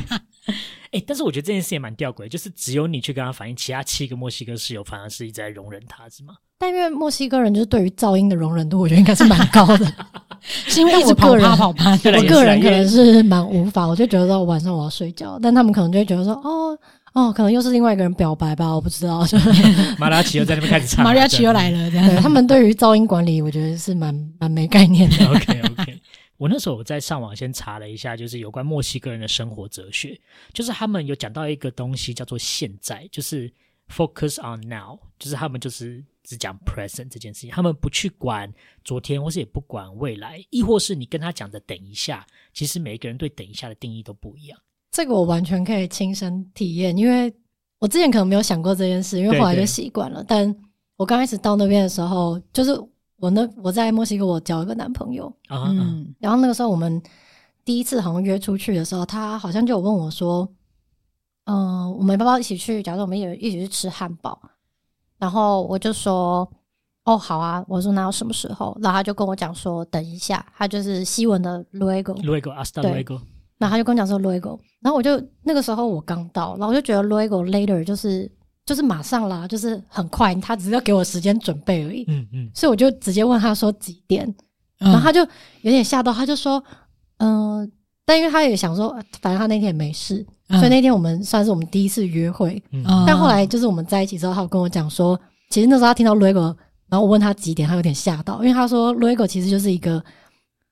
S4: 哎、但是我觉得这件事也蛮吊诡，就是只有你去跟他反映，其他七个墨西哥室友反而是一直在容忍他，是吗？
S5: 但因为墨西哥人就是对于噪音的容忍度，我觉得应该是蛮高 的。
S3: 是因为一直跑趴跑 趴，
S4: 对
S5: 我
S4: 也是啊
S5: 个人可
S4: 因为
S5: 能是蛮无法，我就觉得晚上我要睡觉，但他们可能就会觉得说，哦哦，可能又是另外一个人表白吧，我不知道。就
S4: 马拉奇又在那边开始唱，
S3: 马里亚奇又来
S4: 了。
S3: 了，这
S5: 对
S3: 样
S5: 他们对于噪音管理，我觉得是蛮蛮没概念 的。
S4: OK OK，我那时候我在上网先查了一下，就是有关墨西哥人的生活哲学，就是他们有讲到一个东西叫做现在，就是 focus on now，就是他们就是只讲 present 这件事情，他们不去管昨天，或是也不管未来，亦或是你跟他讲的等一下，其实每一个人对等一下的定义都不一样。
S5: 这个我完全可以亲身体验，因为我之前可能没有想过这件事，因为
S4: 对
S5: 后来就
S4: 对
S5: 习惯了。但我刚开始到那边的时候，就是我那我在墨西哥，我交一个男朋友，
S4: 啊、嗯，
S3: 嗯，
S5: 然后那个时候我们第一次好像约出去的时候，他好像就有问我说：“嗯、我们要不要一起去？假如说我们一起一起去吃汉堡？”然后我就说：“哦，好啊。”我说：“那要什么时候？”然后他就跟我讲说：“等一下。”他就是西文的 luego，
S4: luego hasta
S5: 对
S4: luego，
S5: 然后他就跟我讲说 logo，然后我就那个时候我刚到，然后我就觉得 logo later 就是就是马上啦，就是很快，他只是要给我时间准备而已，
S4: 嗯嗯，
S5: 所以我就直接问他说几点，
S3: 然
S5: 然后他就有点吓到，他就说嗯、呃但因为他也想说，呃反正他那天也没事，
S3: 嗯
S5: 所以那天我们算是我们第一次约会，
S4: 嗯
S5: 但后来就是我们在一起之后，他有跟我讲说，其实那时候他听到 logo，然后我问他几点，他有点吓到，因为他说 logo 其实就是一个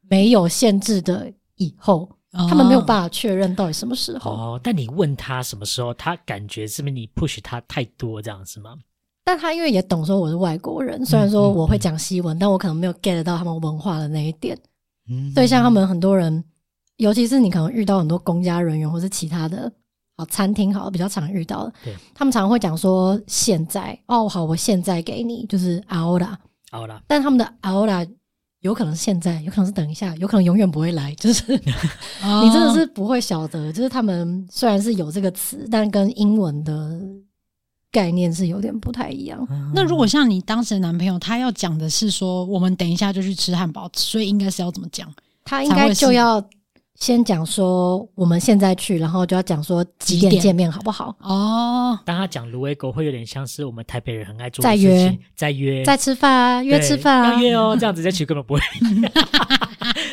S5: 没有限制的以后。
S3: 哦
S5: 他们没有办法确认到底什么时候。
S4: 哦，但你问他什么时候，他感觉是不是你 push 他太多这样是吗？
S5: 但他因为也懂说我是外国人，虽
S4: 嗯
S5: 然说我会讲西文，但我可能没有 get 到他们文化的那一点。
S4: 嗯，
S5: 所以像他们很多人，尤其是你可能遇到很多公家人员或是其他的。好，餐厅好，比较常遇到的
S4: 对，
S5: 他们常会讲说现在哦，好，我现在给你就是 ahora，
S4: 好啦，
S5: 但他们的 ahora 有可能是现在，有可能是等一下，有可能永远不会来，就是
S3: 法
S5: 你真的是不会晓得，就是他们虽然是有这个词，但跟英文的概念是有点不太一样。
S3: 嗯那如果像你当时的男朋友，他要讲的是说，我们等一下就去吃汉堡，所以应该是要怎么讲？
S5: 他应该就要先讲说我们现在去，然后就要讲说几
S3: 几
S5: 点
S3: 点
S5: 见面好不好？
S3: 哦，
S4: 当他讲芦苇狗，会有点像是我们台北人很爱做
S5: 再
S4: 的事
S5: 约
S4: 情，再约，
S5: 再吃饭啊，约
S4: 对
S5: 吃饭啊
S4: 要。约 哦，这样子在其实根本不会。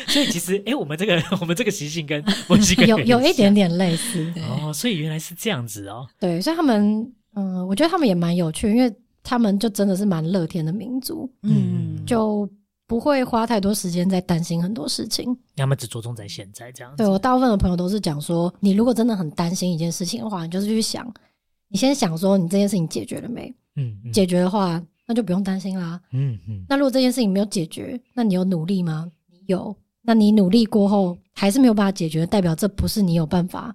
S4: 所以其实，哎，我们这个 我们这个习性跟墨西哥
S5: 有
S4: 人
S5: 有一点
S4: 点
S5: 点类似，
S4: 哦，所以原来是这样子哦。
S5: 对，所以他们，嗯，我觉得他们也蛮有趣，因为他们就真的是蛮乐天的民族，
S4: 嗯
S3: 嗯，
S5: 就不会花太多时间在担心很多事情。
S4: 要么只着重在现在这样子
S5: 对，我大部分的朋友都是讲说，你如果真的很担心一件事情的话，你就是去想，你先想说你这件事情解决了没？
S4: 嗯嗯
S5: 解决的话，那就不用担心啦。
S4: 嗯嗯
S5: 那如果这件事情没有解决，那你有努力吗？你有，那你努力过后还是没有办法解决，代表这不是你有办法，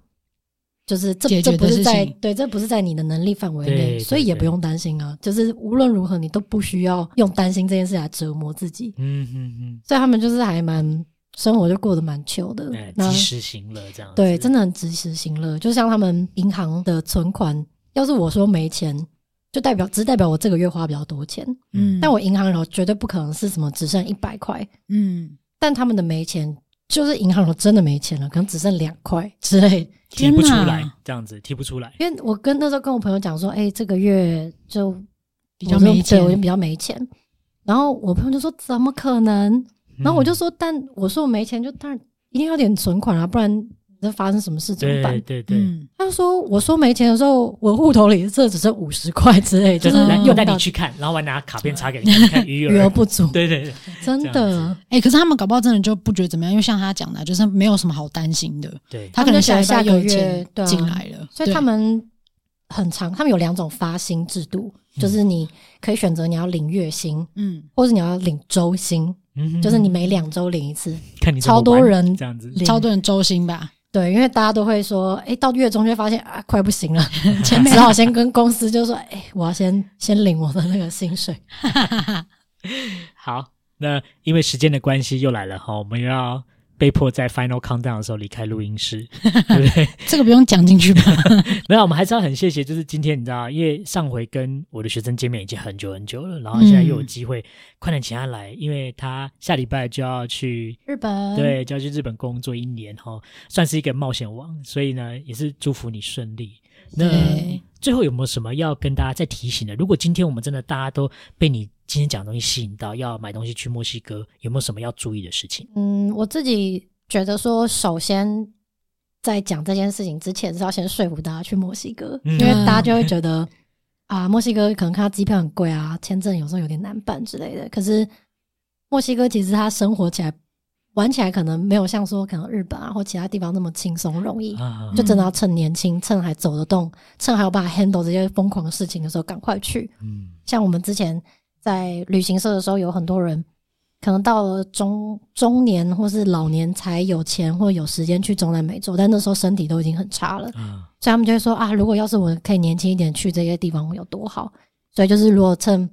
S5: 就是这
S3: 解决
S5: 这
S3: 的
S5: 不是
S3: 事
S5: 在
S3: 情
S5: 对，这不是在你的能力范围
S4: 对
S5: 内，
S4: 对
S5: 所以也不
S4: 对
S5: 用担心啊。就是无论如何，你都不需要用担心这件事来折磨自己。
S4: 嗯嗯
S5: 所以他们就是还蛮生活就过得蛮糗的
S4: 嗯，哎，，
S5: 那
S4: 及时行乐这样子。
S5: 对，真
S4: 啊的
S5: 的很及时行乐。就像他们银行的存款，要是我说没钱，就代表只代表我这个月花比较多钱，
S4: 嗯
S3: 嗯，
S5: 但我银行里绝对不可能是什么只剩一百块，
S3: 嗯，
S5: 但他们的没钱就是银行里真的没钱了，可能只剩两块之类。
S4: 提不出
S3: 天哪
S4: 来，这样子提不出来。
S5: 因为我跟那时候跟我朋友讲说，哎、这个月就
S3: 比较
S5: 我就
S3: 没钱
S5: 对我就比较没钱。然后我朋友就说怎
S4: 嗯
S5: 么可能？然后我就说，但我说我没钱，就当然一定要有点存款啊，不然这发生什么事怎么
S4: 对
S5: 办？
S4: 对对，
S3: 嗯，
S5: 他就说：“我说没钱的时候，我户头里这只剩五十块之类，
S4: 就
S5: 就是是
S4: 来
S5: 用
S4: 带
S5: 到
S4: 嗯你去看，然后我还拿卡片插给 你看，看余
S5: 余
S4: 额
S5: 额不足，
S4: 对对对，
S5: 真
S4: 这
S5: 的。
S3: 哎、可是他们搞不好真的就不觉得怎么样，因为像他讲的，就是没有什么好担心的。
S4: 对
S3: 他可能
S5: 他们就
S3: 下
S5: 想
S3: 一拜又
S5: 下个
S3: 有钱
S5: 月对啊
S3: 进来了，
S5: 所以他
S3: 对
S5: 们很长，他们有两种发薪制度，就是你可以选择你要领月薪，
S3: 嗯，
S5: 或是你要领周薪，
S4: 嗯
S5: 就是你每两周领一次。
S4: 看你怎么
S5: 超多
S4: 玩
S5: 人
S4: 这样子，
S5: 领
S3: 超多人周薪吧，
S5: 对，因为大家都会说，哎、到月中就会发现啊，快不行了，只好先跟公司就说，哎、我要先先领我的那个薪水。
S4: 好，那因为时间的关系又来了哈，我们又要被迫在 final countdown 的时候离开录音室， 对不对？
S3: 这个不用讲进去吧？
S4: 没有，我们还是要很谢谢，就是今天你知道，因为上回跟我的学生见面已经很久很久了，然后现在又有机会，快点请他来，因为他下礼拜就要去。
S5: 日本，
S4: 对，就要去日本工作一年哈，算是一个冒险王，所以呢，也是祝福你顺利。那
S3: 对
S4: 最后有没有什么要跟大家再提醒的？如果今天我们真的大家都被你今天讲的东西吸引到，要买东西去墨西哥，有没有什么要注意的事情？
S5: 嗯，我自己觉得说，首先在讲这件事情之前，是要先说服大家去墨西哥，
S4: 嗯
S5: 因为大家就会觉得啊，墨西哥可能看到机票很贵啊，签证有时候有点难办之类的。可是墨西哥其实它生活起来、玩起来，可能没有像说可能日本啊或其他地方那么轻松容
S3: 嗯
S5: 易。
S4: 啊，
S5: 就真的要趁年轻，趁还走得动，趁还有办法 handle 这些疯狂的事情的时候，赶快去。
S4: 嗯
S5: 像我们之前在旅行社的时候，有很多人可能到了中中年或是老年才有钱或有时间去中南美洲，但那时候身体都已经很差了，
S4: 啊，
S5: 所以他们就会说啊，如果要是我可以年轻一点去这些地方，我有多好。所以就是如果趁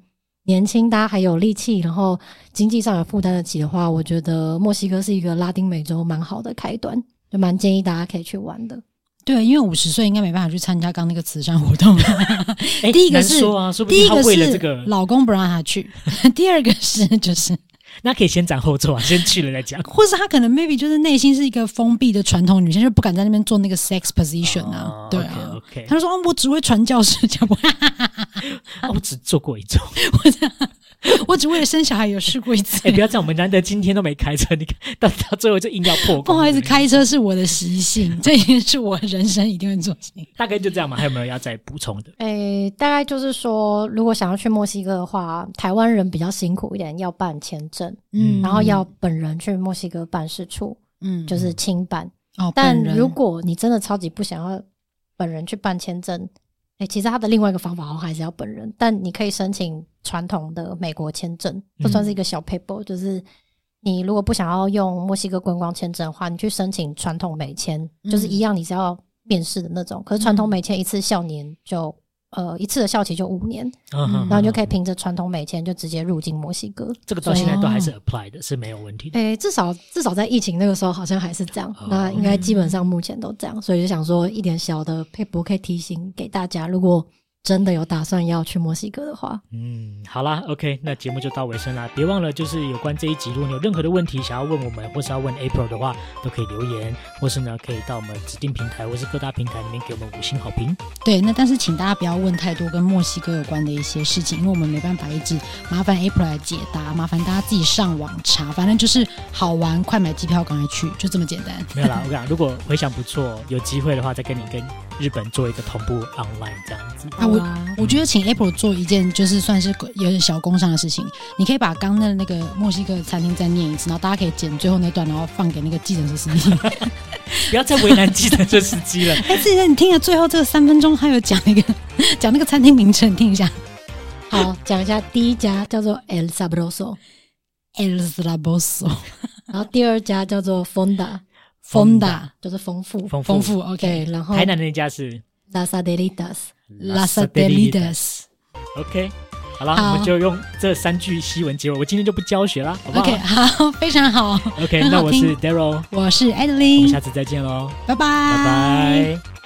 S5: 年轻，大家还有力气，然后经济上也负担得起的话，我觉得墨西哥是一个拉丁美洲蛮好的开端，就蛮建议大家可以去玩的。
S3: 对，因为五十岁应该没办法去参加刚那个慈善活动。
S4: 哎
S3: 第一个
S4: 难
S3: 是
S4: 说啊，说不
S3: 第
S4: 定
S3: 一
S4: 他
S3: 个
S4: 为了
S3: 是
S4: 这个，
S3: 老公不让 他去，第二个是就是，
S4: 那可以先斩后奏啊，先去了再讲。
S3: 或是他可能 maybe 就是内心是一个封闭的传统女性，就不敢在那边做那个 sex position
S4: 哦
S3: 啊，对啊。
S4: ，OK，
S3: 他就说：“哦，我只会传教士教，我
S4: 哦我只做过一周。
S3: 我只为了生小孩有试过一次
S4: 哎，。不要这样，我们难得今天都没开车，你看到到最后就硬要破功。
S3: 不好意思，开车是我的习性，这也是我人生一定会做的事情。
S4: 大概就这样嘛，还有没有要再补充的？
S5: 诶、大概就是说，如果想要去墨西哥的话，台湾人比较辛苦一点，要办签证，
S4: 嗯
S5: 然后要本人去墨西哥办事处，
S3: 嗯，
S5: 就是亲办。
S3: 哦，
S5: 但
S3: 本人
S5: 如果你真的超级不想要本人去办签证，诶、其实他的另外一个方法好像还是要本人，但你可以申请传统的美国签证，这算是一个小 paper，、就是你如果不想要用墨西哥观光签证的话，你去申请传统美签，就是一样，你是要面试的那种。可是传统美签一次校年就。呃，一次的校期就五年，
S4: 嗯
S5: 然后你就可以凭着传统美签就直接入境墨西哥。
S4: 这个到
S5: 所以
S4: 现在都还是
S3: 哦
S4: apply 的，是没有问题的。
S5: 诶、至少至少在疫情那个时候，好像还是这样。
S4: 哦
S5: 那应该基本上目前都这样，所以就想说一点小的佩博可以提醒给大家，如果真的有打算要去墨西哥的话，
S4: 嗯，好啦，OK，那节目就到尾声啦。别忘了，就是有关这一集，如果你有任何的问题想要问我们，或是要问 April 的话，都可以留言，或是呢可以到我们指定平台或是各大平台里面给我们五星好评。
S3: 对，那但是请大家不要问太多跟墨西哥有关的一些事情，因为我们没办法一直麻烦 April 来解答，麻烦大家自己上网查，反正就是好玩，快买机票，赶快去，就这么简单。
S4: 没有啦，我跟你讲，如果回想不错，有机会的话再跟你跟日本做一个同步 online 这样子。
S3: 啊，我我觉得请 April 做一件就是算是有点小工伤的事情，你可以把刚的那个墨西哥餐厅再念一次，然后大家可以剪最后那段，然后放给那个计程车司 机。
S4: 不要再为难计程车司机了。
S3: 哎，自己你听了最后这个三分钟，他有讲那个讲那个餐厅名称，你听一下
S5: 好讲一下第一家叫做 El Sabroso，
S3: ，El s l a b o s o
S5: 然后第二家叫做 Fonda，
S3: Fonda
S5: 就是丰富。
S4: 丰
S3: 丰富
S5: 对，
S3: ，OK，
S5: 然后
S4: 台南的那家是
S5: Las Adelitas。
S3: Las Adelidas。
S4: OK，好啦，
S3: 好
S4: 我们就用这三句西文结尾。我今天就不教学啦，好不好
S3: OK，好，非常好。
S4: OK，
S3: 很
S4: 那
S3: 好
S4: 我
S3: 听
S4: 是 Daryl，
S3: 我是
S4: 我们
S3: Adeline，
S4: 下次再见喽，
S3: 拜拜，
S4: 拜拜。